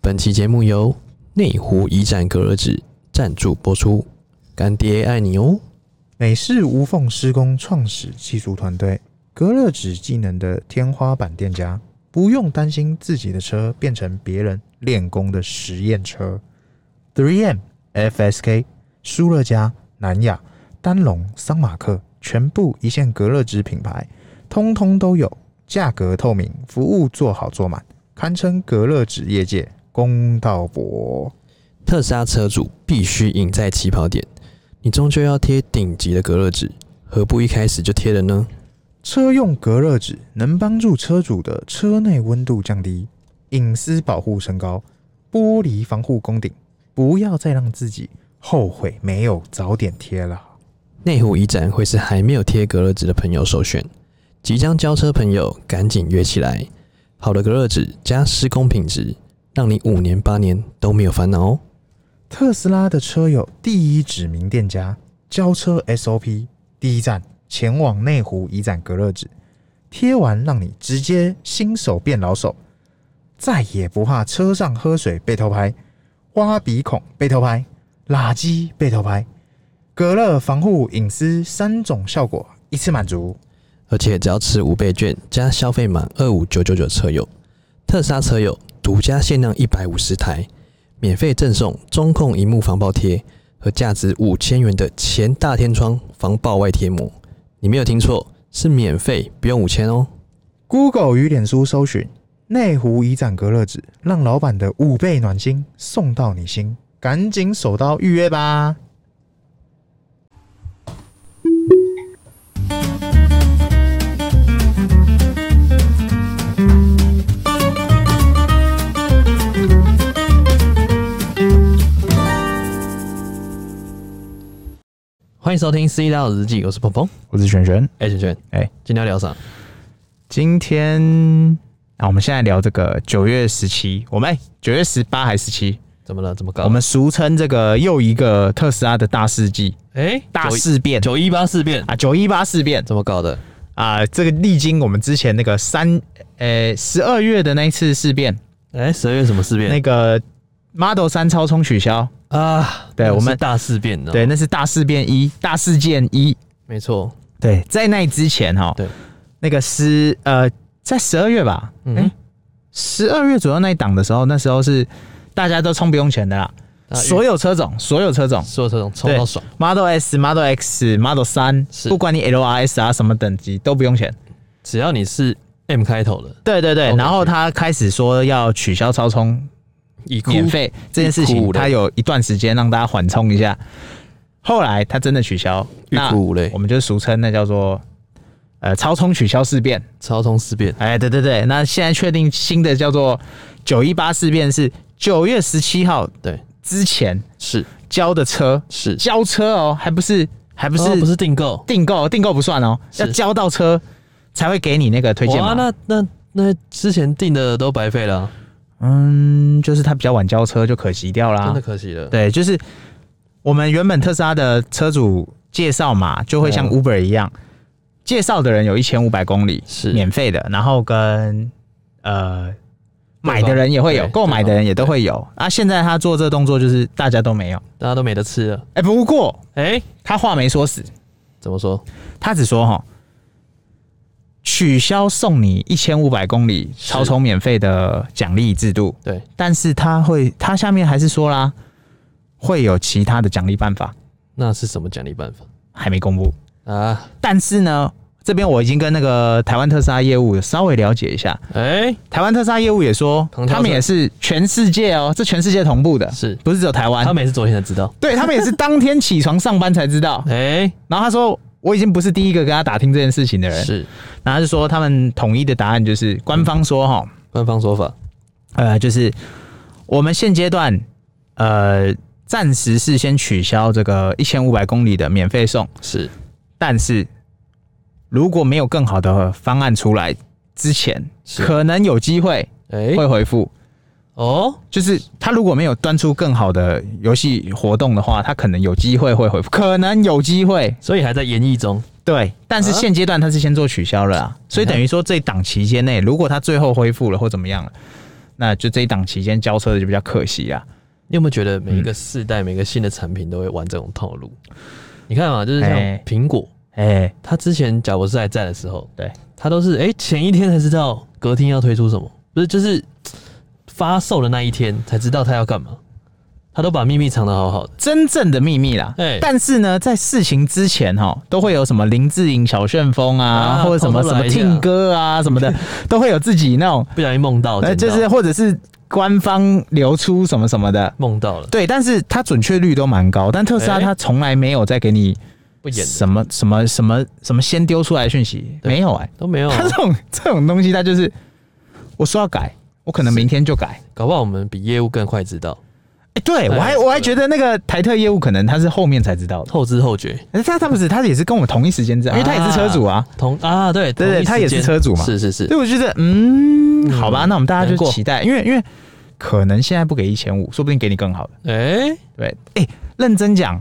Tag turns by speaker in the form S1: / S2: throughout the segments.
S1: 本期节目由内湖一站隔热纸赞助播出，干爹爱你哦！
S2: 美式无缝施工创始技术团队，隔热纸技能的天花板店家，不用担心自己的车变成别人练功的实验车。3M、FSK、舒乐家、南亚、丹龙、桑马克，全部一线隔热纸品牌，通通都有，价格透明，服务做好做满，堪称隔热纸业界公道伯。
S1: 特斯拉车主必须赢在起跑点，你终究要贴顶级的隔热纸，何不一开始就贴了呢？
S2: 车用隔热纸能帮助车主的车内温度降低，隐私保护升高，玻璃防护功顶，不要再让自己后悔没有早点贴了。
S1: 内湖一站会是还没有贴隔热纸的朋友首选，即将交车朋友赶紧约起来。好的隔热纸加施工品质，让你五年八年都没有烦恼哦。
S2: 特斯拉的车友第一指名店家，交车 SOP 第一站前往内湖一展隔热纸，贴完让你直接新手变老手，再也不怕车上喝水被偷拍、挖鼻孔被偷拍、垃圾被偷拍，隔热、防护、隐私三种效果一次满足。
S1: 而且只要持五倍券加消费满二五九九九车友，特斯拉车友独家限量一百五十台，免费赠送中控荧幕防爆贴和价值五千元的前大天窗防爆外贴膜。你没有听错，是免费，不用五千哦。
S2: Google 与脸书搜寻内湖一展隔热纸，让老板的五倍暖心送到你心，赶紧手刀预约吧！
S1: 欢迎收听《C 到日记》，我是鹏鹏，
S2: 我是璇璇，
S1: 哎、轩轩，
S2: 哎
S1: 今天要聊啥？
S2: 今天啊，我们现在聊这个九月十七，我们哎九、9月十八还是十七？
S1: 怎么了？怎么搞？
S2: 我们俗称这个又一个特斯拉的大事记、
S1: 哎，
S2: 大事变
S1: 九一八事变
S2: 啊，九一八事变
S1: 怎么搞的？
S2: 啊，这个历经我们之前那个三呃十二月的那一次事变，
S1: 哎，十二月什么事变？
S2: 那个 Model 三超充取消，
S1: 啊，
S2: 对
S1: 那是
S2: 我们
S1: 大事变呢？
S2: 对，，那是大事变一，大事件一。
S1: 没错，
S2: 对，在那之前哈，
S1: 对，
S2: 那个是呃，在十二月吧，
S1: 嗯
S2: 哎、十二月左右那一档的时候，那时候是大家都充不用钱的啦，
S1: 啊
S2: 所有车种，所有车种
S1: 所有车种冲
S2: 对
S1: 到爽，
S2: ，Model S、Model X、Model 三
S1: 是，
S2: 不管你 L R S 啊什么等级都不用钱。
S1: 只要你是 M 开头的，
S2: 对对对，
S1: OK
S2: 然后他开始说要取消超充
S1: 以哭
S2: 免费这件事
S1: 哭
S2: 情，
S1: 了
S2: 他有一段时间让大家缓冲一下，后来他真的取消，
S1: 欲
S2: 那
S1: 哭无泪
S2: 我，们就俗称那叫做呃超充取消事变。
S1: 超充思变，
S2: 哎，对对对，那现在确定新的叫做九一八事变是九月十七号
S1: 对，
S2: 之前
S1: 是
S2: 交的车，
S1: 是，
S2: 交车哦，还不是还不
S1: 不
S2: 是、
S1: 哦不是订购
S2: 订购，订购不算哦，
S1: 是
S2: 要交到车才会给你那个推荐
S1: 哇，
S2: 码。
S1: 那那那之前订的都白费了啊，
S2: 嗯，就是他比较晚交车就可惜掉啦
S1: 真的。可惜了。
S2: 对，就是我们原本特斯拉的车主介绍嘛，就会像
S1: 嗯
S2: Uber 一样，介绍的人有一千五百公里
S1: 是
S2: 免费的，然后跟呃买的人也会有，
S1: 对
S2: 购买的人也都会有。啊，现在他做这动作就是大家都没有。
S1: 大家都没得吃了。
S2: 哎、不过
S1: 哎、
S2: 他话没说死，
S1: 怎么说？
S2: 他只说哈。取消送你一千五百公里
S1: 是
S2: 超充免费的奖励制度，
S1: 对，
S2: 但是他会，他下面还是说啦，会有其他的奖励办法，
S1: 那是什么奖励办法
S2: 还没公布。
S1: 啊？
S2: 但是呢，这边我已经跟那个台湾特斯拉业务稍微了解一下，
S1: 哎、
S2: 台湾特斯拉业务也说，
S1: 旁敲侧
S2: 他们也是全世界哦，这全世界同步的，
S1: 是
S2: 不是只有台湾
S1: 他？每次昨天才知道。
S2: 对他们也是当天起床上班才 知道。
S1: 哎、
S2: 然后他说，我已经不是第一个跟他打听这件事情的人。
S1: 是
S2: 然后他就说，他们统一的答案就是官方说哈，
S1: 官方说法。嗯
S2: 呃，就是我们现阶段呃暂时是先取消这个一千五百公里的免费送。
S1: 是
S2: 但是如果没有更好的方案出来之前，
S1: 是
S2: 可能有机会
S1: 哎、
S2: 会回复。
S1: 哦，
S2: 就是他如果没有端出更好的游戏活动的话，他可能有机会会回复，可能有机会。
S1: 所以还在演绎中。
S2: 对，但是
S1: 啊嗯
S2: 现阶段他是先做取消了啊，所以等于说这档期间内，如果他最后恢复了或怎么样了，那就这一档期间交车的就比较可惜啊。
S1: 你有没有觉得每一个世代、每个新的产品都会玩这种套路？你看嘛，就是像
S2: 哎
S1: 苹果，
S2: 哎、
S1: 它之前贾博士还在的时候，
S2: 对，
S1: 它都是哎、前一天才知道隔天要推出什么，不是就是发售的那一天才知道它要干嘛，它都把秘密藏得好好的。
S2: 真正的秘密啦。
S1: 哎
S2: 但是呢，在事情之前哈，都会有什么林志颖、小旋风啊，
S1: 啊
S2: 或者什么
S1: 偷
S2: 什
S1: 偷
S2: 么
S1: 来一下
S2: 听 歌啊什么的，都会有自己那种，
S1: 不小心梦到，
S2: 呃，
S1: 捡到
S2: 就是或者是官方流出什么什么的。
S1: 梦到了，
S2: 对，但是它准确率都蛮高，但特斯拉
S1: 哎
S2: 它从来没有再给你
S1: 不演的
S2: 什么什么什么什么先丢出来的讯息，
S1: 对
S2: 没有哎、
S1: 都没有啊
S2: 它，这种这种东西，它就是我说要改，我可能明天就改。
S1: 搞不好我们比业务更快知道，
S2: 哎、对
S1: 哎
S2: 我还我还
S1: 对
S2: 觉得那个台特业务可能他是后面才知道的。
S1: 后知后觉，
S2: 可是他他不是，他也是跟我们同一时间知道，因为他也是车主啊。
S1: 同啊，对
S2: 对
S1: 同一
S2: 对他也
S1: 时间
S2: 是车主嘛
S1: 是是是
S2: 所以，我觉得，嗯，
S1: 嗯
S2: 好吧，那我们大家
S1: 难
S2: 就
S1: 过
S2: 期待，因为因为可能现在不给一千五，说不定给你更好的。
S1: 哎、
S2: 对，哎、认真讲，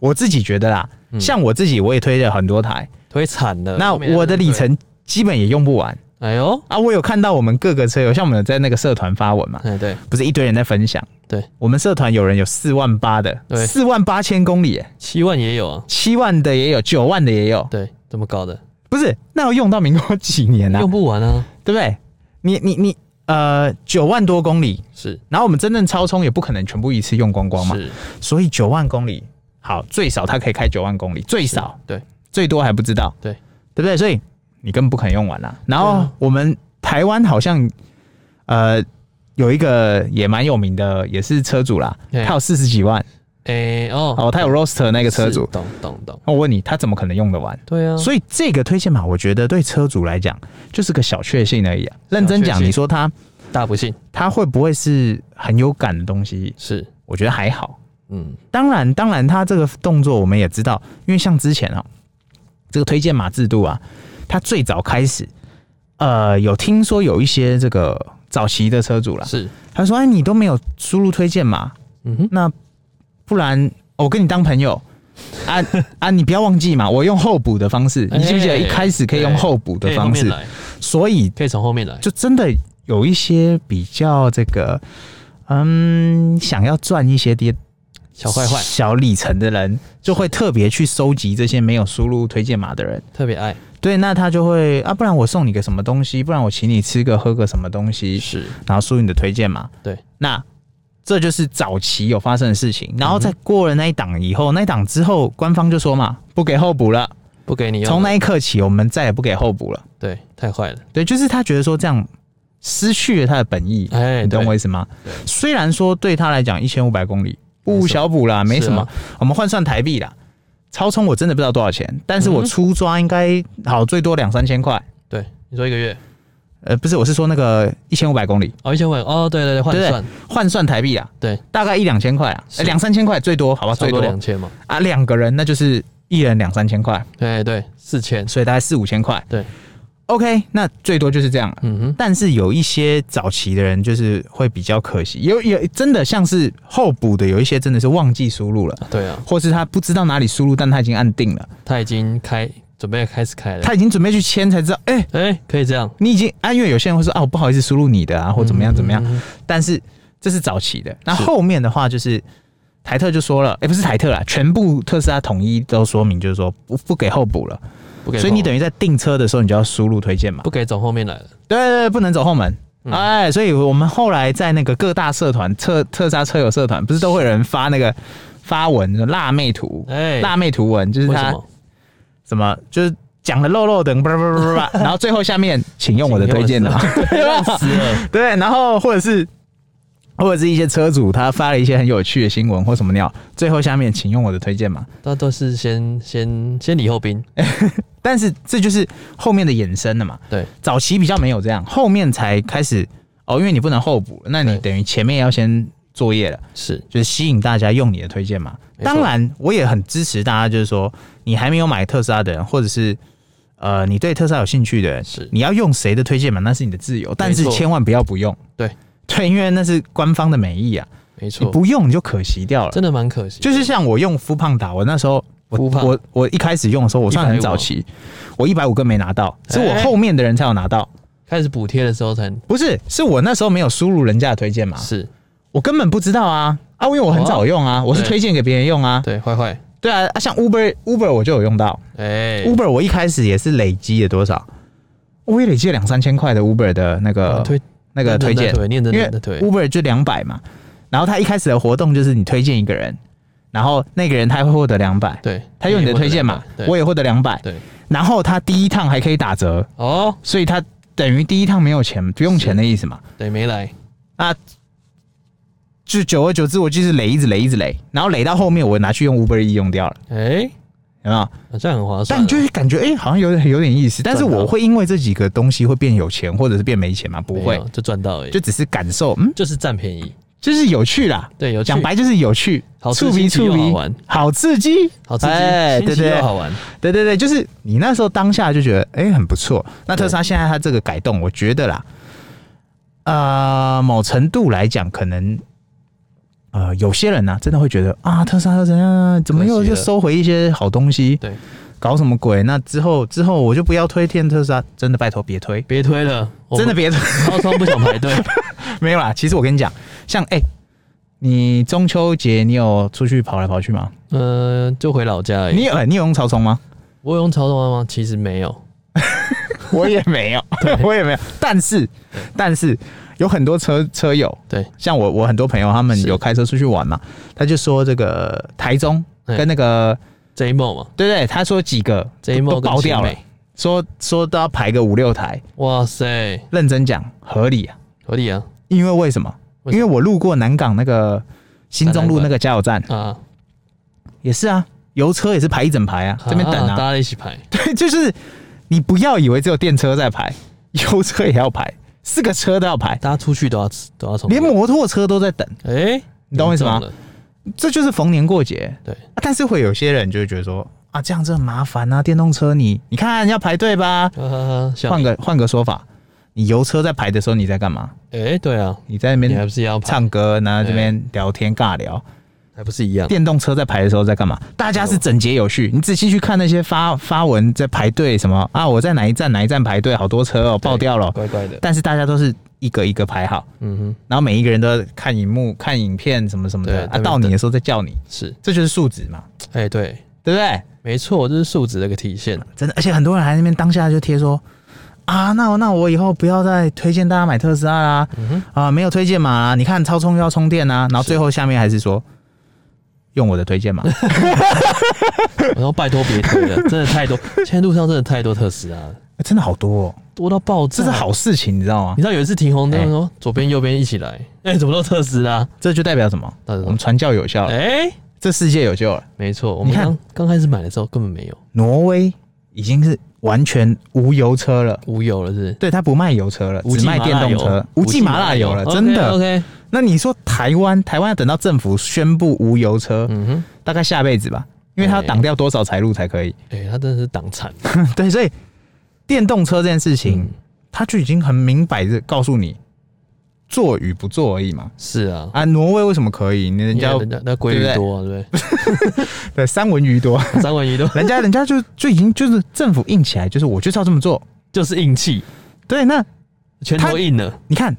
S2: 我自己觉得啦，
S1: 嗯
S2: 像我自己我也推了很多台，
S1: 推惨了。
S2: 那
S1: 后面
S2: 我的里
S1: 对，
S2: 程基本也用不完
S1: 哎呦，
S2: 啊。我有看到我们各个车友，像我们有在那个社团发文嘛，
S1: 哎对，
S2: 不是一堆人在分享。
S1: 对，
S2: 我们社团有人有四万八的，
S1: 对
S2: 四万八千公里，
S1: 七万也有啊，
S2: 七万的也有，九万的也有。
S1: 对，怎么搞的？
S2: 不是，那要用到民国几年呢、啊
S1: 用？不完啊，
S2: 对不对？你你你呃，九万多公里，
S1: 是
S2: 然后我们真正超充也不可能全部一次用光光嘛，
S1: 是
S2: 所以九万公里，好，最少它可以开九万公里，最少，
S1: 对，
S2: 最多还不知道，
S1: 对
S2: 对不对？所以你根本不可能用完啦。然
S1: 对
S2: 后
S1: 啊
S2: 我们台湾好像呃有一个也蛮有名的，也是车主啦，
S1: 对
S2: 他有四十几万
S1: 哎、哦
S2: 哦，他有 Roaster 那个车主
S1: 是，懂懂懂，
S2: 那我问你，他怎么可能用得完？哦
S1: 对啊，
S2: 所以这个推荐码，我觉得对车主来讲就是个小确幸而已、啊。认真
S1: 小确
S2: 讲，
S1: 幸
S2: 你说他
S1: 以大不幸
S2: 他会不会是很有感的东西？
S1: 是
S2: 我觉得还好。
S1: 嗯
S2: 当然，当然，他这个动作我们也知道，因为像之前啊、这个推荐码制度啊，它最早开始，呃，有听说有一些这个早期的车主啦，
S1: 是
S2: 他说：“哎，你都没有输入推荐码，
S1: 嗯哼
S2: 那不然我跟你当朋友。”啊啊！你不要忘记嘛，我用候补的方式，你记不记得
S1: 哎
S2: 一开始可以用
S1: 对
S2: 候补的
S1: 可以后
S2: 方
S1: 面
S2: 式？
S1: 来，
S2: 所以
S1: 可以从后面来，
S2: 就真的有一些比较这个，嗯，想要赚一些点
S1: 小坏坏
S2: 小里程的人，就会特别去收集这些没有输入推荐码的人。
S1: 特别爱
S2: 对，那他就会啊，不然我送你个什么东西，不然我请你吃个喝个什么东西，
S1: 是
S2: 然后输入你的推荐码。
S1: 嗯对，
S2: 那这就是早期有发生的事情。然后在过了那一档以后，那一档之后，官方就说嘛，不给候补了。
S1: 不给你用了，
S2: 从那一刻起，我们再也不给候补了。
S1: 对太坏了，
S2: 对，就是他觉得说这样失去了他的本 意，
S1: 哎
S2: 你懂
S1: 对
S2: 我意思吗？虽然说对他来讲一千五百公里不无小补啦，
S1: 没啊
S2: 没
S1: 什
S2: 什
S1: 么
S2: 么，我们换算台币啦，超充我真的不知道多少钱，但是我
S1: 嗯
S2: 出抓应该好最多两三千块。
S1: 对你说一个月
S2: 呃，不是，我是说那个一千五百公里
S1: 哦一千五百哦对对对换
S2: 对不对
S1: 算
S2: 换算台币啊，
S1: 对，
S2: 大概一两千块啊，
S1: 是
S2: 呃两三千块最多，好吧，
S1: 差
S2: 最
S1: 不
S2: 多
S1: 多两千嘛，
S2: 啊，两个人那就是一人两三千块，
S1: 哎对四千
S2: 所以大概四五千块。
S1: 对
S2: ，OK，那最多就是这样了。
S1: 嗯哼
S2: 但是有一些早期的人就是会比较可惜，有有真的像是候补的，有一些真的是忘记输入了，
S1: 啊对啊
S2: 或是他不知道哪里输入，但他已经按定了，
S1: 他已经开准备开始开了，
S2: 他已经准备去签才知道，哎、
S1: 哎、可以这样，
S2: 你已经按、因为有些人会说啊，我不好意思输入你的啊，或怎么样怎么样，
S1: 嗯
S2: 但是这是早期的，那
S1: 是
S2: 后面的话就是。台特就说了，哎、不是台特啦，全部特斯拉统一都说明，就是说不不给候补了，
S1: 不给，
S2: 所以你等于在订车的时候，你就要输入推荐码
S1: 不。给走后面来了，
S2: 对对对，不能走后门。
S1: 嗯
S2: 哎，所以我们后来在那个各大社团、特特斯拉车友社团，不是都会有人发那个发文辣妹图、
S1: 哎、
S2: 辣妹图文，就是
S1: 为
S2: 他
S1: 什么？
S2: 什么就是讲的肉肉的，叭叭叭叭 叭，然后最后下面请用我的推荐码，
S1: 烂死了，
S2: 对，然后或者是或者是一些车主他发了一些很有趣的新闻或什么鸟，最后下面请用我的推荐码。
S1: 那都是先先先礼后兵，
S2: 哎但是这就是后面的衍生了嘛。
S1: 对，
S2: 早期比较没有这样，后面才开始哦，因为你不能候补，那你
S1: 对
S2: 等于前面要先作业了，
S1: 是
S2: 就是吸引大家用你的推荐嘛。
S1: 没错
S2: 当然，我也很支持大家，就是说你还没有买特斯拉的人，或者是呃你对特斯拉有兴趣的人，
S1: 是
S2: 你要用谁的推荐嘛，那是你的自由，但是
S1: 没错
S2: 千万不要不用。
S1: 对
S2: 对，因为那是官方的美意啊，
S1: 没
S2: 你
S1: 错，
S2: 不用你就可惜掉了。
S1: 真的蛮可惜，
S2: 就是像我用夫胖达，我那时候我
S1: Full 胖
S2: 我我一开始用的时候，我算很
S1: 150
S2: 早期，我一百五根没拿到，
S1: 哎
S2: 是我后面的人才有拿到。
S1: 开始补贴的时候才
S2: 不是，是我那时候没有输入人家的推荐码，
S1: 是，
S2: 我根本不知道啊啊，因为我很早用啊，我是
S1: 对
S2: 推荐给别人用啊，
S1: 对，坏坏，
S2: 对啊啊，像 Uber Uber 我就有用到
S1: 哎，
S2: ，Uber 我一开始也是累积了多少，我也累积了两三千块的 Uber 的那
S1: 呃
S2: 个
S1: 推
S2: 那个哦推荐，
S1: 念真
S2: 因
S1: 的
S2: 为
S1: 在推，
S2: Uber 就两百嘛，然后他一开始的活动就是你推荐一个人，然后那个人他会获得两百，
S1: 对，
S2: 他用你的推荐码
S1: 嘛，，对
S2: 我也获得两百，
S1: 对，
S2: 然后他第一趟还可以打折，
S1: 哦，
S2: 所以他等于第一趟没有钱，不用钱的意思嘛。
S1: 对，没来，
S2: 就久而久之，我就是累，一直累，一直累，然后累到后面我拿去用 Uber E 用掉了，
S1: 哎，
S2: 有没有？
S1: 好像很划算啊，
S2: 但你就会感觉，哎、好像有点有点意思。但是
S1: 赚到
S2: 我会因为这几个东西会变有钱，或者是变没钱吗？不
S1: 没
S2: 会
S1: 有，就赚到而已，
S2: 就
S1: 就
S2: 只是感受，嗯，
S1: 就是占便宜，
S2: 就是有趣啦。
S1: 对，有趣
S2: 讲，白就是有趣，
S1: 好
S2: 触
S1: 刺激
S2: 鼻触
S1: 又好
S2: 鼻，
S1: 玩，
S2: 好刺激，
S1: 好刺激，
S2: 哎
S1: 新奇哦
S2: 对对
S1: 又好玩，
S2: 对对对，就是你那时候当下就觉得，哎、很不错。那特斯拉现在它这个改动，我觉得啦，呃，某程度来讲，可能呃，有些人呢、真的会觉得啊，特斯拉又怎样，怎么又
S1: 可惜
S2: 又
S1: 了
S2: 收回一些好东西，
S1: 对，
S2: 搞什么鬼？那之后之后我就不要推荐特斯拉，真的拜托别推，
S1: 别推了，我
S2: 真的
S1: 们
S2: 别推，
S1: 超超不想排 队，
S2: 没有啦。其实我跟你讲，像哎、你中秋节你有出去跑来跑去吗？
S1: 呃，就回老家而已。
S2: 你有、呃你有用超充吗？
S1: 我有用超动吗？其实没有，
S2: 我也 没有，我也没有。但是，但是有很多车车友，
S1: 对，
S2: 像我，我很多朋友他们
S1: 是
S2: 有开车出去玩嘛，他就说这个台中
S1: 嗯
S2: 跟那个，
S1: J 梦嘛
S2: 对对，他说几个
S1: ，J 梦
S2: 都
S1: 跟
S2: 爆
S1: 新
S2: 掉了
S1: 美，，
S2: 说说都要排个五六台，
S1: 哇塞，
S2: 认真讲合理啊，
S1: 合理啊
S2: 因为为什么？
S1: 为
S2: 因
S1: 什么
S2: 为我路过南港那个新中路那个加油站
S1: 啊，
S2: 也是啊，油车也是排一整排啊，这边等
S1: 大
S2: 啊，
S1: 家一起排，
S2: 对，就是你不要以为只有电车在排，油车也要排，四个车都要排。
S1: 大家出去都要吃都要从
S2: 连摩托车都在等，
S1: 哎，
S2: 你懂我意思
S1: 严
S2: 吗
S1: 重？了？
S2: 这就是逢年过节。
S1: 对
S2: 啊但是会有些人就会觉得说啊，这样真的麻烦啊，电动车你你看要排队吧。
S1: 哈哈哈，
S2: 换
S1: 个
S2: 个换个说法，你油车在排的时候你在干嘛？
S1: 哎，对啊，
S2: 你在那
S1: 你还
S2: 边
S1: 不是一样排，
S2: 唱歌，然后这边聊天尬聊。
S1: 还不是一样？
S2: 电动车在排的时候在干嘛？大家是整洁有序。你仔细去看那些发发文在排队什么啊，我在哪一站哪一站排队，好多车哦，爆掉了。
S1: 怪怪的，
S2: 但是大家都是一个一个排好，
S1: 嗯
S2: 然后每一个人都看荧幕、看影片什么什么
S1: 对
S2: 的。
S1: 在
S2: 啊，
S1: 那边
S2: 到你的时候再叫你，
S1: 哼，是，
S2: 这就是素质嘛，
S1: 哎，对，
S2: 对不对？
S1: 没错，这是素质的一个体现，
S2: 真的，而且很多人还在那边当下就贴说啊，那我那我以后不要再推荐大家买特斯拉啦，
S1: 嗯哼，
S2: 啊，没有推荐码啦，你看超充又要充电啊，然后
S1: 是
S2: 最后下面还是说用我的推 荐码，哎
S1: 然后拜托别推了，真的太多，现在路上真的太多特斯拉了，
S2: 真的好多、哦，
S1: 多到爆炸，
S2: 这是好事情，你知道吗
S1: 你？知道有一次停红灯
S2: 哎
S1: 的时候，左边右边一起来，哎、怎么都特斯拉？
S2: 这就代表什么？
S1: 到底怎
S2: 我们
S1: 么？
S2: 传教有效了，
S1: 哎、
S2: 这世界有救了。
S1: 没错，我们
S2: 你看
S1: 刚刚开始买的时候根本没有，
S2: 挪威已经是完全无油车了。
S1: 无油了是不是？
S2: 对，它不卖油车了，
S1: 无
S2: 只
S1: 忌
S2: 卖
S1: 麻
S2: 电
S1: 辣
S2: 动
S1: 油
S2: 车，无忌麻辣油了，真的。
S1: OK，,
S2: 那你说台湾，台湾要等到政府宣布无油车，
S1: 嗯哼，
S2: 大概下辈子吧，因为它要挡掉多少财路才可以。
S1: 哎、它真的是挡产，
S2: 对，所以电动车这件事情，
S1: 嗯
S2: 它就已经很明摆着告诉你做与不做而已嘛。
S1: 是啊，
S2: 啊，挪威为什么可以？人
S1: 人
S2: 家
S1: 家人家那鲑
S2: 对不对
S1: 鱼多、啊，对不
S2: 对三文鱼多，
S1: 对？ 三文鱼多，
S2: 人家人家就就已经就是政府硬起来，就是我就是要这么做。
S1: 就是硬气，
S2: 对，那
S1: 拳头硬了，
S2: 你看，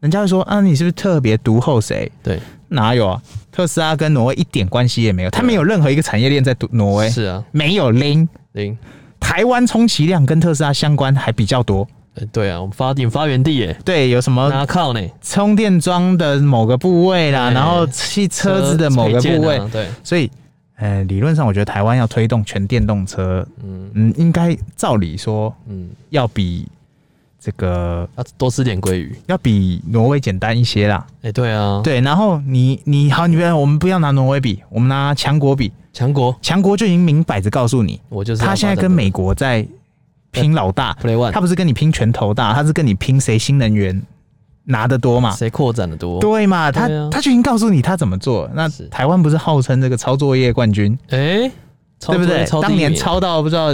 S2: 人家会说啊，你是不是特别独后谁？
S1: 对，
S2: 哪有啊？特斯拉跟挪威一点关系也没有，它没有任何一个产业链在独挪威，
S1: 是啊，
S2: 没有零。
S1: 零，
S2: 台湾充其量跟特斯拉相关还比较多，
S1: 哎对啊，我们发电发源地耶，
S2: 对，有什么
S1: 哪靠呢？
S2: 充电桩的某个部位啦，
S1: 对
S2: 然后汽车子的某个
S1: 配
S2: 部位
S1: 件，啊，对，
S2: 所以，呃，理论上我觉得台湾要推动全电动车，
S1: 嗯
S2: 嗯，应该照理说
S1: 嗯，
S2: 要比这个
S1: 要多吃点鲑鱼，
S2: 要比挪威简单一些啦。
S1: 哎、对啊，
S2: 对，然后你你好，你不要，我们不要拿挪威比，我们拿强国比，
S1: 强国，
S2: 强国就已经明摆着告诉你，
S1: 我就是要
S2: 他现在
S1: 发展的
S2: 跟美国在拼老大，
S1: Play One
S2: 啊他不是啊跟你拼拳头大，他是跟你拼谁新能源拿得多嘛。
S1: 谁扩展的多？
S2: 对嘛，他、
S1: 对啊
S2: 他就已经告诉你他怎么做。那
S1: 是
S2: 台湾不是号称这个抄作业冠军，
S1: 哎、
S2: 对不对？
S1: 超
S2: 当年抄到不知道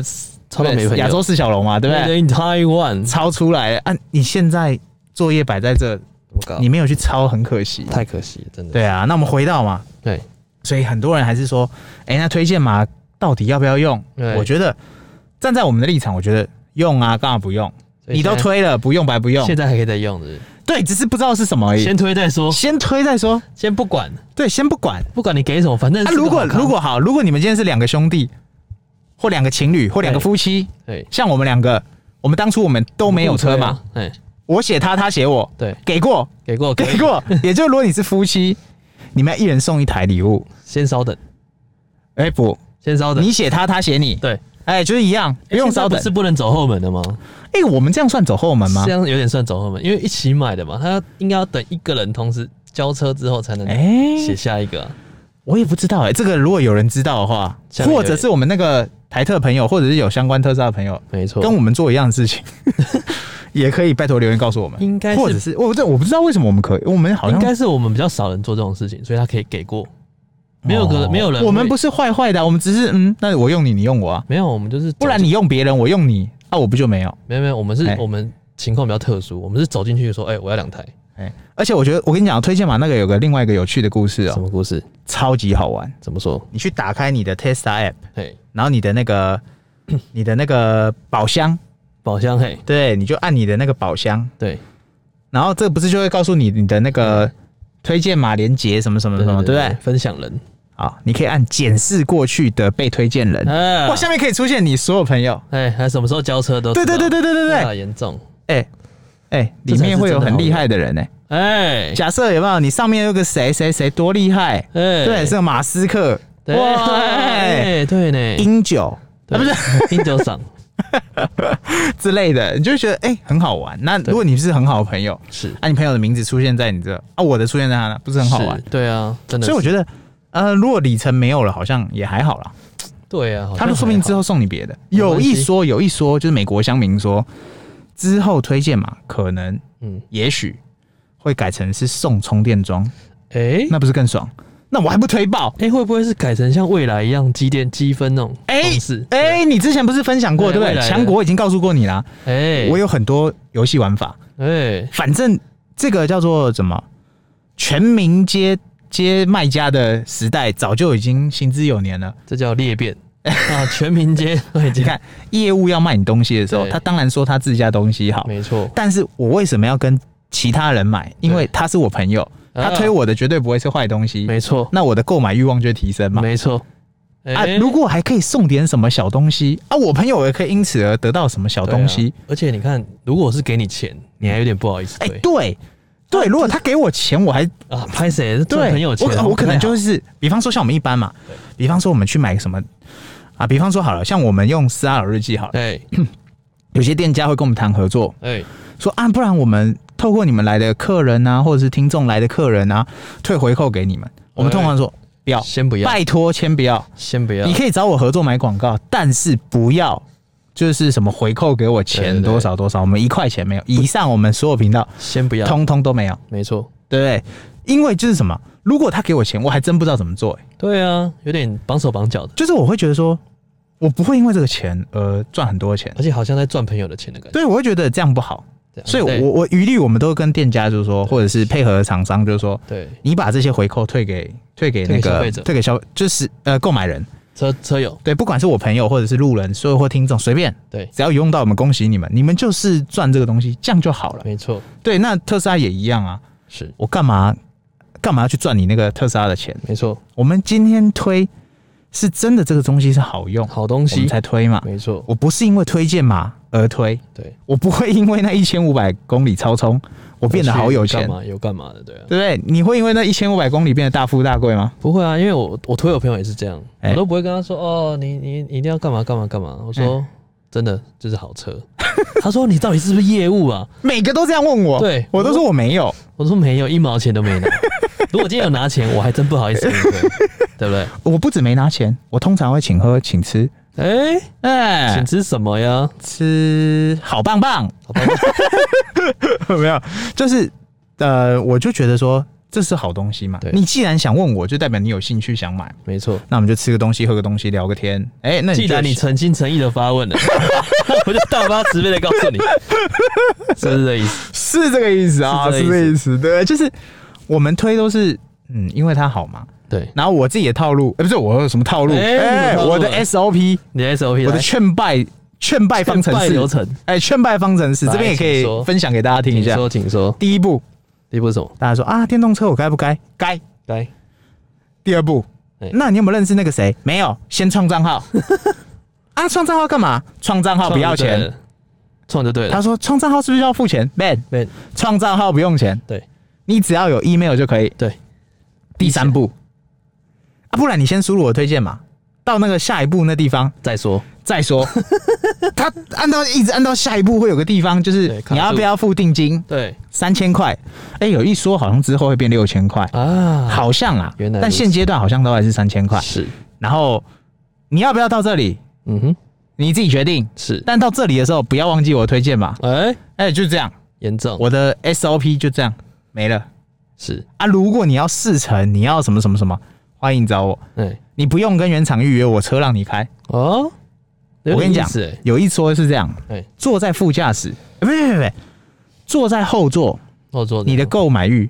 S1: 超到没朋友
S2: 亚洲四小龙嘛，对不对？
S1: in Taiwan，
S2: 抄出来啊！你现在作业摆在这，
S1: 我靠
S2: 你没有去抄，很可惜。
S1: 太可惜了，真的。
S2: 对啊，那我们回到嘛，
S1: 对，
S2: 所以很多人还是说，哎、那推荐码到底要不要用？
S1: 对
S2: 我觉得站在我们的立场，我觉得用啊，干嘛不用？
S1: 所以
S2: 你都
S1: 现在，
S2: 推了，不用白不用
S1: 现。在还可以再用的，
S2: 对，只是不知道是什么而已。
S1: 先推再说，
S2: 先推再说，
S1: 先不管，
S2: 对，先不管。
S1: 不管你给什么，反正
S2: 啊，
S1: 是个
S2: 如果
S1: 好康
S2: 如果好，如果你们今天是两个兄弟，或两个情侣，或两个
S1: 对
S2: 夫妻，
S1: 对
S2: 像我们两个，我们当初我们都没有车嘛，，
S1: 不推啊哎，
S2: 我写他，他写我，
S1: 对，
S2: 给过
S1: 给过
S2: 给，过。 也就是如果你是夫妻，你们要一人送一台礼物。
S1: 先稍等，
S2: 哎、不，
S1: 先稍等，
S2: 你写他，他写你，
S1: 对，
S2: 哎、就是一样，不用稍等
S1: 现在不。是不啊能走后门的吗？
S2: 哎、我们这样算走后门吗
S1: 这？样有点算走后门，因为一起买的嘛，他应该要等一个人同时交车之后才能
S2: 哎、
S1: 写下一个啊、
S2: 我也不知道哎、这个如果有人知道的话，
S1: 下面有
S2: 或者是我们那个台特朋友，或者是有相关特斯拉的朋友，
S1: 没错，
S2: 跟我们做一样的 事情，也可以拜托留言告诉我们。
S1: 应该
S2: 或者
S1: 是
S2: 是我这我不知道为什么我们可以，我们好
S1: 应
S2: 像
S1: 该是我们比较少人做这种事情，所以他可以给过，没有个、
S2: 哦
S1: 没有人会，
S2: 我们不是坏坏的啊、我们只是嗯，那我用你，你用我啊，
S1: 没有，我们就是走
S2: 不然你用别人，我用你啊，我不就没有？
S1: 没有没有，我们是、
S2: 哎
S1: 我们情况比较特殊，我们是走进去说，哎、我要两台，
S2: 哎，而且我觉得我跟你讲，推荐码那个有个另外一个有趣的故事
S1: 什
S2: 哦，
S1: 么故事？
S2: 超级好玩。
S1: 怎么说？
S2: 你去打开你的 Tesla app，
S1: 嘿，
S2: 然后你的 那个你的那个宝箱，
S1: 宝箱嘿，
S2: 对，你就按你的那个宝箱，
S1: 对
S2: 然后这不是就会告诉你你的那个
S1: 嗯
S2: 推荐码连接什么什么什么，嗯对不对？
S1: 分享人，
S2: 好，啊你可以按检视过去的被推荐人，
S1: 哎、
S2: 哇，下面可以出现你所有朋友。
S1: 哎，还什么时候交车都
S2: 啊对对
S1: 对
S2: 对对对对对，
S1: 严重，
S2: 哎、哎、
S1: 啊这
S2: 里
S1: 才是
S2: 面会有很厉害的人呢、
S1: 哎、
S2: 假设有没有你上面有个谁谁谁多厉害？
S1: 哎，
S2: 对，是个马斯克，
S1: 对，
S2: 哇
S1: 哎对呢，
S2: 英九
S1: 啊不 是英九赏
S2: 之类的，你就会觉得哎、很好玩。那
S1: 对
S2: 如果你是很好的朋友，
S1: 是
S2: 啊，你朋友的名字出现在你这，啊，我的出现在他那，不是很好玩
S1: 是？对啊，真的是，
S2: 所以我觉得，呃，如果里程没有了，好像也还好啦。
S1: 对啊，好
S2: 他
S1: 像
S2: 都说不定
S1: 还好
S2: 之后送你别的。
S1: 没关
S2: 有
S1: 系
S2: 一说，有一说，就是美国乡民说，之后推荐嘛，可能
S1: 嗯，
S2: 也许会改成是送充电桩，
S1: 哎、
S2: 那不是更爽？那我还不推爆？
S1: 哎、会不会是改成像未来一样积电积分那种
S2: 哎
S1: 方式？
S2: 哎、你之前不是分享过
S1: 对
S2: 对不
S1: 未
S2: 对？
S1: 来的
S2: 强国已经告诉过你啦，
S1: 哎、
S2: 我有很多游戏玩法，
S1: 哎、
S2: 反正这个叫做什么全民皆皆卖家的时代，早就已经行之有年了。
S1: 这叫裂变啊！全民皆会
S2: 你
S1: 见，
S2: 看业务要卖你东西的时候，
S1: 对
S2: 他当然说他自家东西好，
S1: 没错，
S2: 但是我为什么要跟其他人买？因为他是我朋友，他推我的绝对不会是坏东西，
S1: 没错，
S2: 那我的购买欲望就会提升嘛。
S1: 没错。哎
S2: 啊，如果还可以送点什么小东西啊，我朋友也可以因此而得到什么小东
S1: 对。
S2: 西
S1: 啊而且你看，如果是给你钱，你还有点不好意思
S2: 哎、
S1: 对
S2: 对对，如果他给我钱，我还
S1: 啊，拍谁
S2: 对
S1: 赚朋友钱啊
S2: 我可，我可能就是是，比方说像我们一般嘛，比方说我们去买个什么啊，比方说好了，像我们用斯拉老日记好了，
S1: 哎
S2: 有些店家会跟我们谈合作，
S1: 哎
S2: 说啊，不然我们透过你们来的客人啊，或者是听众来的客人啊，退回扣给你们。我们通常说不要，
S1: 哎先不要，
S2: 拜托先不要，
S1: 先不要
S2: 你，可以找我合作买广告，但是不要。就是什么回扣给我
S1: 对对对
S2: 钱多少多少，我们一块钱没有。以上我们所有频道
S1: 先不要，
S2: 通通都没有，
S1: 没错，
S2: 对不对？因为就是什么，如果他给我钱，我还真不知道怎么做、欸
S1: 对啊，有点绑手绑脚的，
S2: 就是我会觉得说，我不会因为这个钱而赚很多钱，
S1: 而且好像在赚朋友的钱的感觉。
S2: 对我会觉得这样不好。
S1: 这样
S2: 所以
S1: 对
S2: 我我余力我们都跟店家就是说，或者是配合厂商就是说，
S1: 对
S2: 你把这些回扣退给退给那
S1: 退给消
S2: 个
S1: 费者
S2: 退给消就是呃购买人，
S1: 车车友
S2: 对，不管是我朋友或者是路人，所有或听众随便，
S1: 对，
S2: 只要有用到我们恭喜你们，你们就是赚这个东西，这样就好了。
S1: 没错，
S2: 对，那特斯拉也一样啊，
S1: 是
S2: 我干嘛干嘛要去赚你那个特斯拉的钱？
S1: 没错，
S2: 我们今天推是真的这个东西是好用，
S1: 好东
S2: 我们
S1: 西，
S2: 才推嘛。
S1: 没错，
S2: 我不是因为推荐码而推，
S1: 对，
S2: 我不会因为那一千五百公里超充，我变得好有钱
S1: 干，嘛有干嘛的，对啊。
S2: 对不对？你会因为那一千五百公里变得大富大贵吗？
S1: 不会啊，因为我我推我朋友也是这样，
S2: 哎
S1: 我都不会跟他说哦，你你你一定要干嘛干嘛干嘛。我说、
S2: 哎
S1: 真的就是好车， 他说你到底是不是业务啊？
S2: 每个都这样问我，
S1: 对
S2: 我都说我没有，
S1: 我说没有，一毛钱都 没拿。如果今天有拿钱，我还真不好意思跟你推，对不对？
S2: 我不止没拿钱，我通常会请喝请吃，
S1: 哎、
S2: 哎、
S1: 请吃什么 呀？
S2: 吃好棒棒，
S1: 好吧，
S2: 没有，就是呃，我就觉得说这是好东西嘛
S1: 对，
S2: 你既然想问我，就代表你有兴趣想买，
S1: 没错。
S2: 那我们就吃个东西，喝个东西，聊个天，哎、那你
S1: 既然
S2: 就
S1: 你诚心诚意的发 问了，我就大发慈悲的告诉 你，是不是这意思？
S2: 是这个意思啊，
S1: 是
S2: 是
S1: 这
S2: 这
S1: 个
S2: 个
S1: 意
S2: 意思，对，就是我们推都是嗯，因为它好嘛，
S1: 对，
S2: 然后我自己的套路，哎、不是我有什么套路？
S1: 哎
S2: 哎、
S1: 有套路
S2: 我的
S1: 哎
S2: SOP，
S1: 你的 SOP
S2: 我的
S1: 来
S2: 劝败劝败方程
S1: 拜
S2: 式
S1: 流，程，
S2: 哎，劝败方程式
S1: 来
S2: 这边也可以
S1: 请说
S2: 分享给大家听一
S1: 请
S2: 下。
S1: 说，请说，
S2: 第一步，
S1: 第一步是什么？
S2: 大家说啊，电动车我该不该？该。
S1: 该
S2: 第二步
S1: 哎，
S2: 那你有没有认识那个谁？没有，先创 账号。啊，创账号干嘛？创账号不要钱。，
S1: 创就对了
S2: 他。说创账号是不是要付钱？man，
S1: 对
S2: 创账号不用钱，
S1: 对
S2: 你只要有 email 就可以。
S1: 对，
S2: 第三步，啊，不然你先输入我推荐嘛，到那个下一步那地方
S1: 再说，
S2: 再说。他按到一直按到下一步会有个地方，就是
S1: 对卡住
S2: 你要不要付定金
S1: 对
S2: 三千块？哎、有一说好像之后会变六千块，
S1: 啊，
S2: 好像啊，
S1: 原来
S2: 但
S1: 如此
S2: 现阶段好像都还是三千块。
S1: 是，
S2: 然后你要不要到这里，
S1: 嗯哼，
S2: 你自己决定。
S1: 是，
S2: 但到这里的时候，不要忘记我推荐嘛。
S1: 哎，
S2: 哎、就这样，
S1: 严重
S2: 我的 SOP 就这样没了
S1: 是，
S2: 啊。如果你要试乘，你要什么什么什么，欢迎找我。
S1: 哎，
S2: 你不用跟原厂预约，我车让你开。
S1: 哦，有
S2: 我跟
S1: 点
S2: 你
S1: 意
S2: 讲
S1: 思哎，，
S2: 有一说是这样，
S1: 哎，
S2: 坐在副驾驶，呃不是不是不是，坐在后座，
S1: 我做哦
S2: 你的购买欲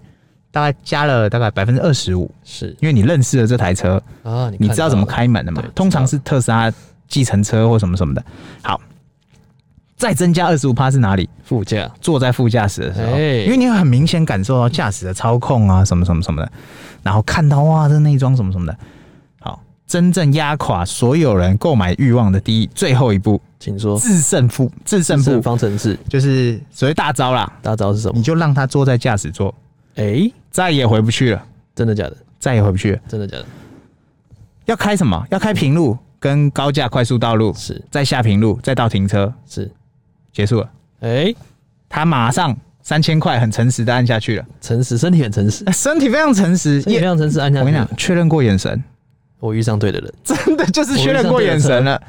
S2: 大概加了大概百分之二十五，
S1: 是
S2: 因为你认识了这台车，
S1: 啊，你
S2: 你
S1: 看
S2: 知道怎么
S1: 到了
S2: 开门的嘛
S1: 对？
S2: 通常是特斯拉计程车或什么什么的。好，再增加二十五趴是哪里？
S1: 副驾，
S2: 坐在副驾驶的时候，
S1: 哎
S2: 因为你会很明显感受到驾驶的操控啊，什么什么什么的，然后看到哇，这内装什么什么的。好，真正压垮所有人购买欲望的第一最后一步，
S1: 请说，
S2: 制胜负制胜
S1: 是
S2: 负
S1: 方程式，
S2: 就是所谓大招啦，
S1: 大家知道是什么
S2: 你？就让他坐在驾驶座，
S1: 哎，
S2: 再也回不去了，
S1: 真的假的？
S2: 再也回不去了。
S1: 真的假的？
S2: 要开什么？要开平路跟高架快速道路，
S1: 是
S2: 再下平路，再到停车，
S1: 是，
S2: 结束了。
S1: 哎，
S2: 他马上三千块很诚实的按下去了，
S1: 诚实，身体很诚实，
S2: 呃身体非常诚实，
S1: 身体
S2: 也
S1: 非常诚实，按下
S2: 我跟你
S1: 去，
S2: 讲，确认过眼神，
S1: 我遇上对的人，
S2: 真的就是确认过眼神了，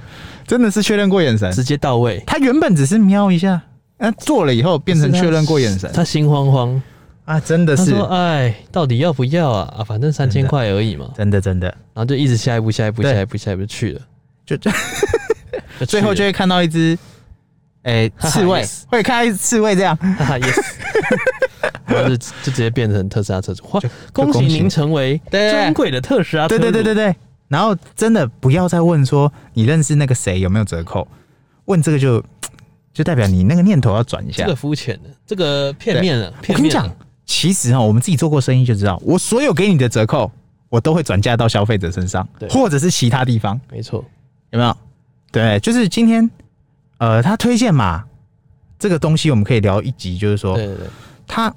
S2: 真的是确认过眼神。
S1: 直接到位，
S2: 他原本只是瞄一下，那做了以后变成确认过眼神
S1: 他心慌慌，
S2: 啊，真的
S1: 他
S2: 是，
S1: 说：“哎，到底要不要啊？啊，反正三千块而已嘛。
S2: 真的真的，”
S1: 然后就一直下一步，下一步，
S2: 对
S1: 下一步，下一步就去了，
S2: 就就
S1: 去了
S2: 最后就会看到一只，哎，
S1: 哈哈
S2: 刺猬
S1: yes，
S2: 会看到一只刺猬这样，
S1: 哈哈 yes，然 后就就直接变成特斯拉车主。哇，恭喜
S2: 恭喜
S1: 您成为
S2: 对
S1: 尊贵的特斯拉车
S2: 对
S1: 主。
S2: 对对对对。然后真的不要再问说你认识那个谁有没有折扣，问这个就就代表你那个念头要转一下
S1: 这。个肤浅的，这个片面的，
S2: 我
S1: 片
S2: 跟你
S1: 面
S2: 讲
S1: 啊。，
S2: 其实哦哈，我们自己做过生意就知道，我所有给你的折扣，我都会转嫁到消费者身上
S1: 对，
S2: 或者是其他地方，
S1: 没错，
S2: 有没有？对，就是今天，呃，他推荐嘛，这个东西我们可以聊一集，就是说
S1: 对对对，
S2: 他，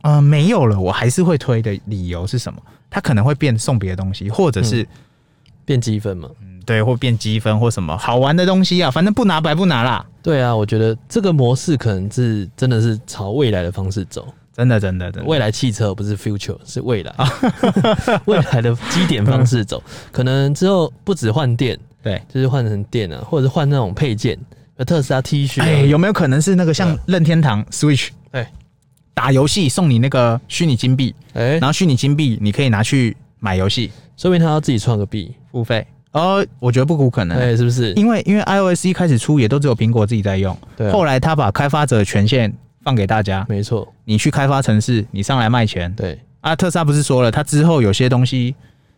S2: 呃，没有了，我还是会推的理由是什么？他可能会变送别的东西，或者是、
S1: 变积分嘛。
S2: 嗯对，或变积分或什么好玩的东西啊，反正不拿白不拿啦，
S1: 对啊，我觉得这个模式可能是真的是朝未来的方式走。
S2: 真的真的真的，
S1: 未来汽车不是 future，是未来，
S2: 啊
S1: 未来的基点方式走。可能之后不止换电，
S2: 对。
S1: 就是换成电啊，或者是换那种配件，呃特斯拉 T 恤、啊，
S2: 哎、有没有可能是那个像任天堂 Switch
S1: 哎
S2: 打游戏送你那个虚拟金币，
S1: 哎、
S2: 然后虚拟金币你可以拿去买游戏
S1: 说明他要自己创个币，
S2: 付费？呃，我觉得不无可能，
S1: 哎、是不是？
S2: 因为因为 iOS 一开始出也都只有苹果自己在用，
S1: 对啊
S2: 后来他把开发者权限放给大家，
S1: 没错，
S2: 你去开发城市，你上来卖钱。
S1: 对，
S2: 啊，特斯拉不是说了，它之后有些东西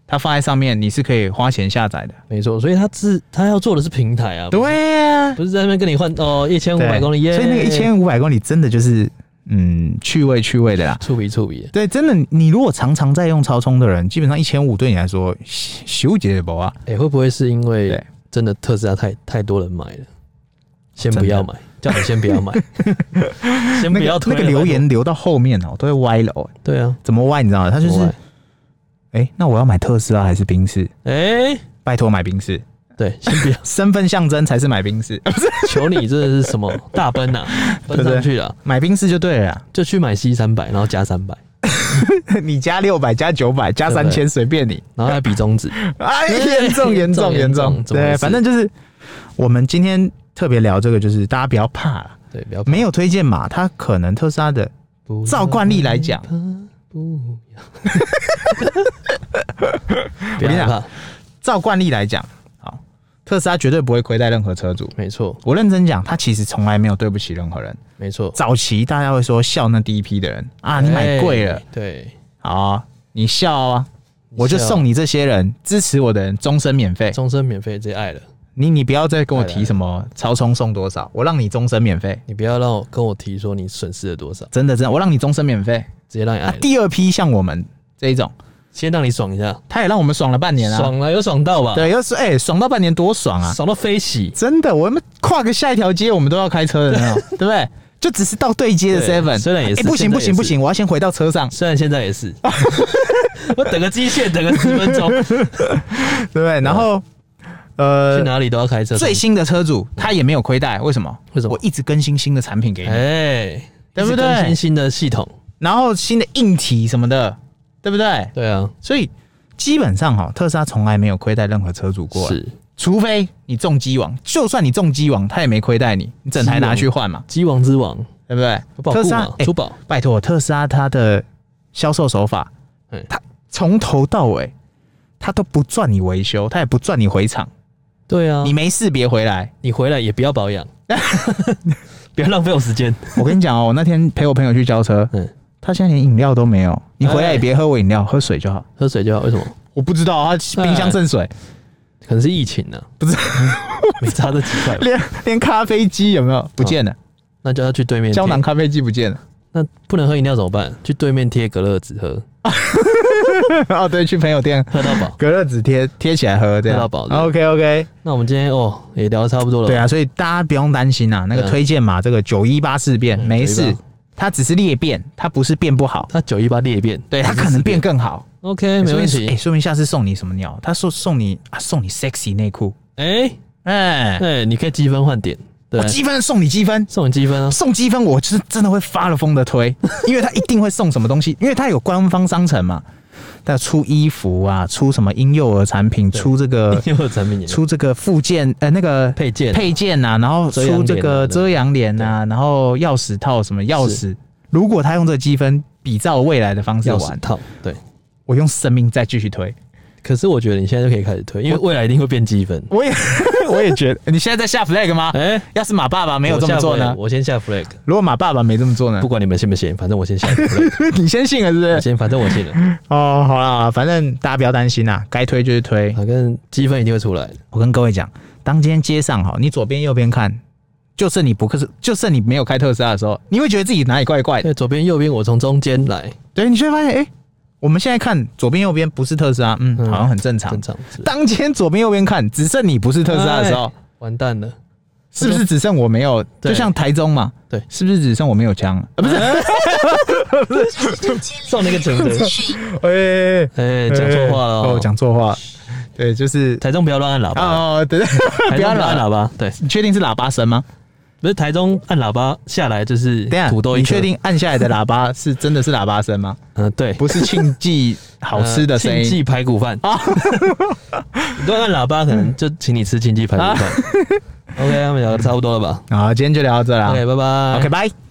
S2: 它放在上面，你是可以花钱下载的。
S1: 没错，所以他自他要做的是平台啊，
S2: 对呀、
S1: 不是在那边跟你换哦一千五
S2: 对
S1: 百公里耶，
S2: 所以那个一千五百公里真的就是嗯趣味趣味的啦。
S1: 触笔触笔，
S2: 对，真的，你如果常常在用超充的人，基本上一千五对你来说修解不啊，
S1: 哎、会不会是因为
S2: 对
S1: 真的特斯拉太太多人买了，先不要买，叫你先不 要买，先不
S2: 那
S1: 要
S2: 个
S1: 推
S2: 那
S1: 了
S2: 个留，言留到后面哦，都会歪了哦。
S1: 拜托对啊，
S2: 怎么歪？你知道吗？他就是
S1: 怎么办
S2: 哎、那我要买特斯拉还是宾士？
S1: 哎、
S2: 拜托买宾士，
S1: 对，先不要。
S2: 身份象征才是买宾士，
S1: 求你这是什么大奔呐、啊，奔上去了，
S2: 买宾士就对了啦。
S1: 就去买 C 三百，然后加三百，
S2: 你加六百，加九百，加
S1: 对
S2: 三千，随便你。
S1: 然后还比中指，
S2: 哎，
S1: 对
S2: 严重严重严
S1: 严重
S2: 重，
S1: 怎么回
S2: 对，
S1: 事
S2: 反正就是我们今天特别聊这个，就是大家不要怕啦，
S1: 对，不要
S2: 没有推荐码，它可能特斯拉的
S1: 不
S2: 照惯例来讲
S1: 要怕不要，不
S2: 跟你
S1: 要
S2: 讲
S1: 怕，
S2: 照惯例来讲，好，特斯拉绝对不会亏待任何车主。
S1: 没错，
S2: 我认真讲，他其实从来没有对不起任何人。
S1: 没错
S2: 早期大家会说笑那第一批的人啊，你买贵了
S1: 哎，对，
S2: 好啊，你笑啊，我就
S1: 笑
S2: 送你这些人支持我的人终身免费。
S1: 终身免费，最爱了，
S2: 你你不要再跟我提什么超充送多少，我让你终身免费，
S1: 你不要让我跟我提说你损失了多少，
S2: 真的真的，我让你终身免费。
S1: 直接让你
S2: 啊
S1: 矮，了，
S2: 第二批像我们这一种，
S1: 先让你爽一下，
S2: 他也让我们爽了半年啊，
S1: 爽了有爽到吧？，
S2: 对，又是哎、爽到半年多爽啊！
S1: 爽到飞起。
S2: 真的，我们跨个下一条街，我们都要开车的 那种，对不对？就只是到对街的
S1: 对
S2: seven，
S1: 虽然也是
S2: 哎不行
S1: 现在
S2: 不
S1: 也是
S2: 行不行，我要先回到车上，
S1: 虽然现在也是， 我等个机械等个十分钟，
S2: 对不对？然后， 呃
S1: 去，哪里都要开车。
S2: 最新的车主他也没有亏待，为什么？
S1: 为什么
S2: 我一直更新新的产品给你，
S1: 哎，
S2: 对
S1: 一直
S2: 不对
S1: 更新新的系统，
S2: 然后新的硬体什么的，对不对？
S1: 对啊，
S2: 所以基本上哈、特斯拉从来没有亏待任何车主过，啊
S1: 是
S2: 除非你中机王，就算你中机王，他也没亏待你，你整台拿去换嘛，
S1: 机王之王，
S2: 对不对？
S1: 有保
S2: 特
S1: 护
S2: 斯拉
S1: 嘛，
S2: 哎
S1: 珠宝，
S2: 拜托，特斯拉它的销售手法
S1: 嗯，
S2: 它从头到尾，它都不赚你维修，它也不赚你回厂，
S1: 对啊，
S2: 你没事别回来。
S1: 你回来也不要保 养，不要浪费我时间。
S2: 我跟你讲哦，我那天陪我朋友去交车，
S1: 嗯，
S2: 他现在连饮料都没有，你回来也别喝我饮料，喝水就好。
S1: 喝水就好，为什么？
S2: 我不知道啊，他冰箱剩水，
S1: 哎可能是疫情呢、啊
S2: 不是
S1: 没差这几块吧，
S2: 连连咖啡机有没有不见了？
S1: 嗯那就要去对面贴
S2: 胶囊咖啡机不见了。
S1: 那不能喝饮料怎么办？去对面贴隔热纸 喝，
S2: 哦，对，去朋友店
S1: 喝到饱。
S2: 隔热纸贴贴起来喝，这样
S1: 喝到饱的
S2: OK OK，
S1: 那我们今天哦也聊得差不多了，
S2: 对，啊，所以大家不用担心啊，那个
S1: 嗯
S2: 推荐码这个九一八事变
S1: 嗯
S2: 没事
S1: 918，
S2: 它只是裂变，它不是变不好，
S1: 他九一八裂变，
S2: 对，它可能变更好。
S1: OK 没
S2: 说
S1: 问
S2: 明哎，
S1: 题。
S2: 说明下次送你什么鸟？他说送你啊，送你 sexy 内裤，
S1: 哎
S2: 哎，
S1: 哎，你可以积分换点，对
S2: 我，积分送你积分。
S1: 送你积分啊。
S2: 送积分，我是真的会发了疯 的推，因为他一定会送什么东西，因为他有官方商城嘛，他出衣服啊，出什么婴幼儿产品，出这个
S1: 又有产品也
S2: 出这个附件，呃，那个
S1: 配件
S2: 配件呐、啊，然后
S1: 遮阳
S2: 出这个遮
S1: 帘
S2: 阳帘呐、啊，然后钥匙套什么钥匙。如果他用这个积分比照未来的方式
S1: 钥匙
S2: 玩，
S1: 套，对。
S2: 我用生命再继续推。
S1: 可是我觉得你现在就可以开始推，因为未来一定会变积分。
S2: 我也 我也觉得，你啊现在在下 flag 吗？
S1: 哎、
S2: 要是马爸爸没有
S1: 我
S2: 这么
S1: 下
S2: 做
S1: flag，
S2: 呢？
S1: 我先下 flag，
S2: 如果马爸爸没这么做呢
S1: 不？管你们信不信，反正我先下 flag，
S2: 你先信了是不
S1: 我
S2: 是？
S1: 先反正我信了，
S2: 哦，好啦，反正大家不要担心啦，该推就是推。
S1: 反正积分一定会出来的。
S2: 我跟各位讲，当今天街上哈，你左边右边看，就剩你不可是，就剩你没有开特斯拉的时候，你会觉得自己哪里怪怪的。
S1: 对，左边右边我从中间来，
S2: 对，你就会发现，哎、我们现在看左边右边不是特斯拉，嗯，
S1: 嗯
S2: 好像很正常。
S1: 正常是
S2: 当今天左边右边看，只剩你不是特斯拉的时候，
S1: 完蛋了，
S2: 是不是只剩我没有？
S1: 对
S2: 就像台中嘛，
S1: 对
S2: 是不是只剩我没有枪了？啊，不是，
S1: 送那个程的，
S2: 哎、欸，
S1: 哎，讲错话了
S2: 哦，
S1: 哦，
S2: 讲错话，对，就是
S1: 台中不要乱按喇叭，
S2: 哦，对，
S1: 台中
S2: 不要
S1: 按
S2: 了。
S1: 喇叭，对，
S2: 你确定是喇叭声吗？
S1: 不是台中按喇叭下来就是
S2: 等一下
S1: 土豆，一
S2: 你
S1: 颗
S2: 确？定按下来的喇叭是真的是喇叭声吗？
S1: 嗯，对，
S2: 不是庆忌好吃的声
S1: 呃庆
S2: 音
S1: 记排骨饭啊，你都按喇叭，可能就请你吃庆记排骨饭。OK，我们聊的差不多了吧
S2: 好，今天就聊到这啦。
S1: ？OK，拜拜。
S2: OK，拜。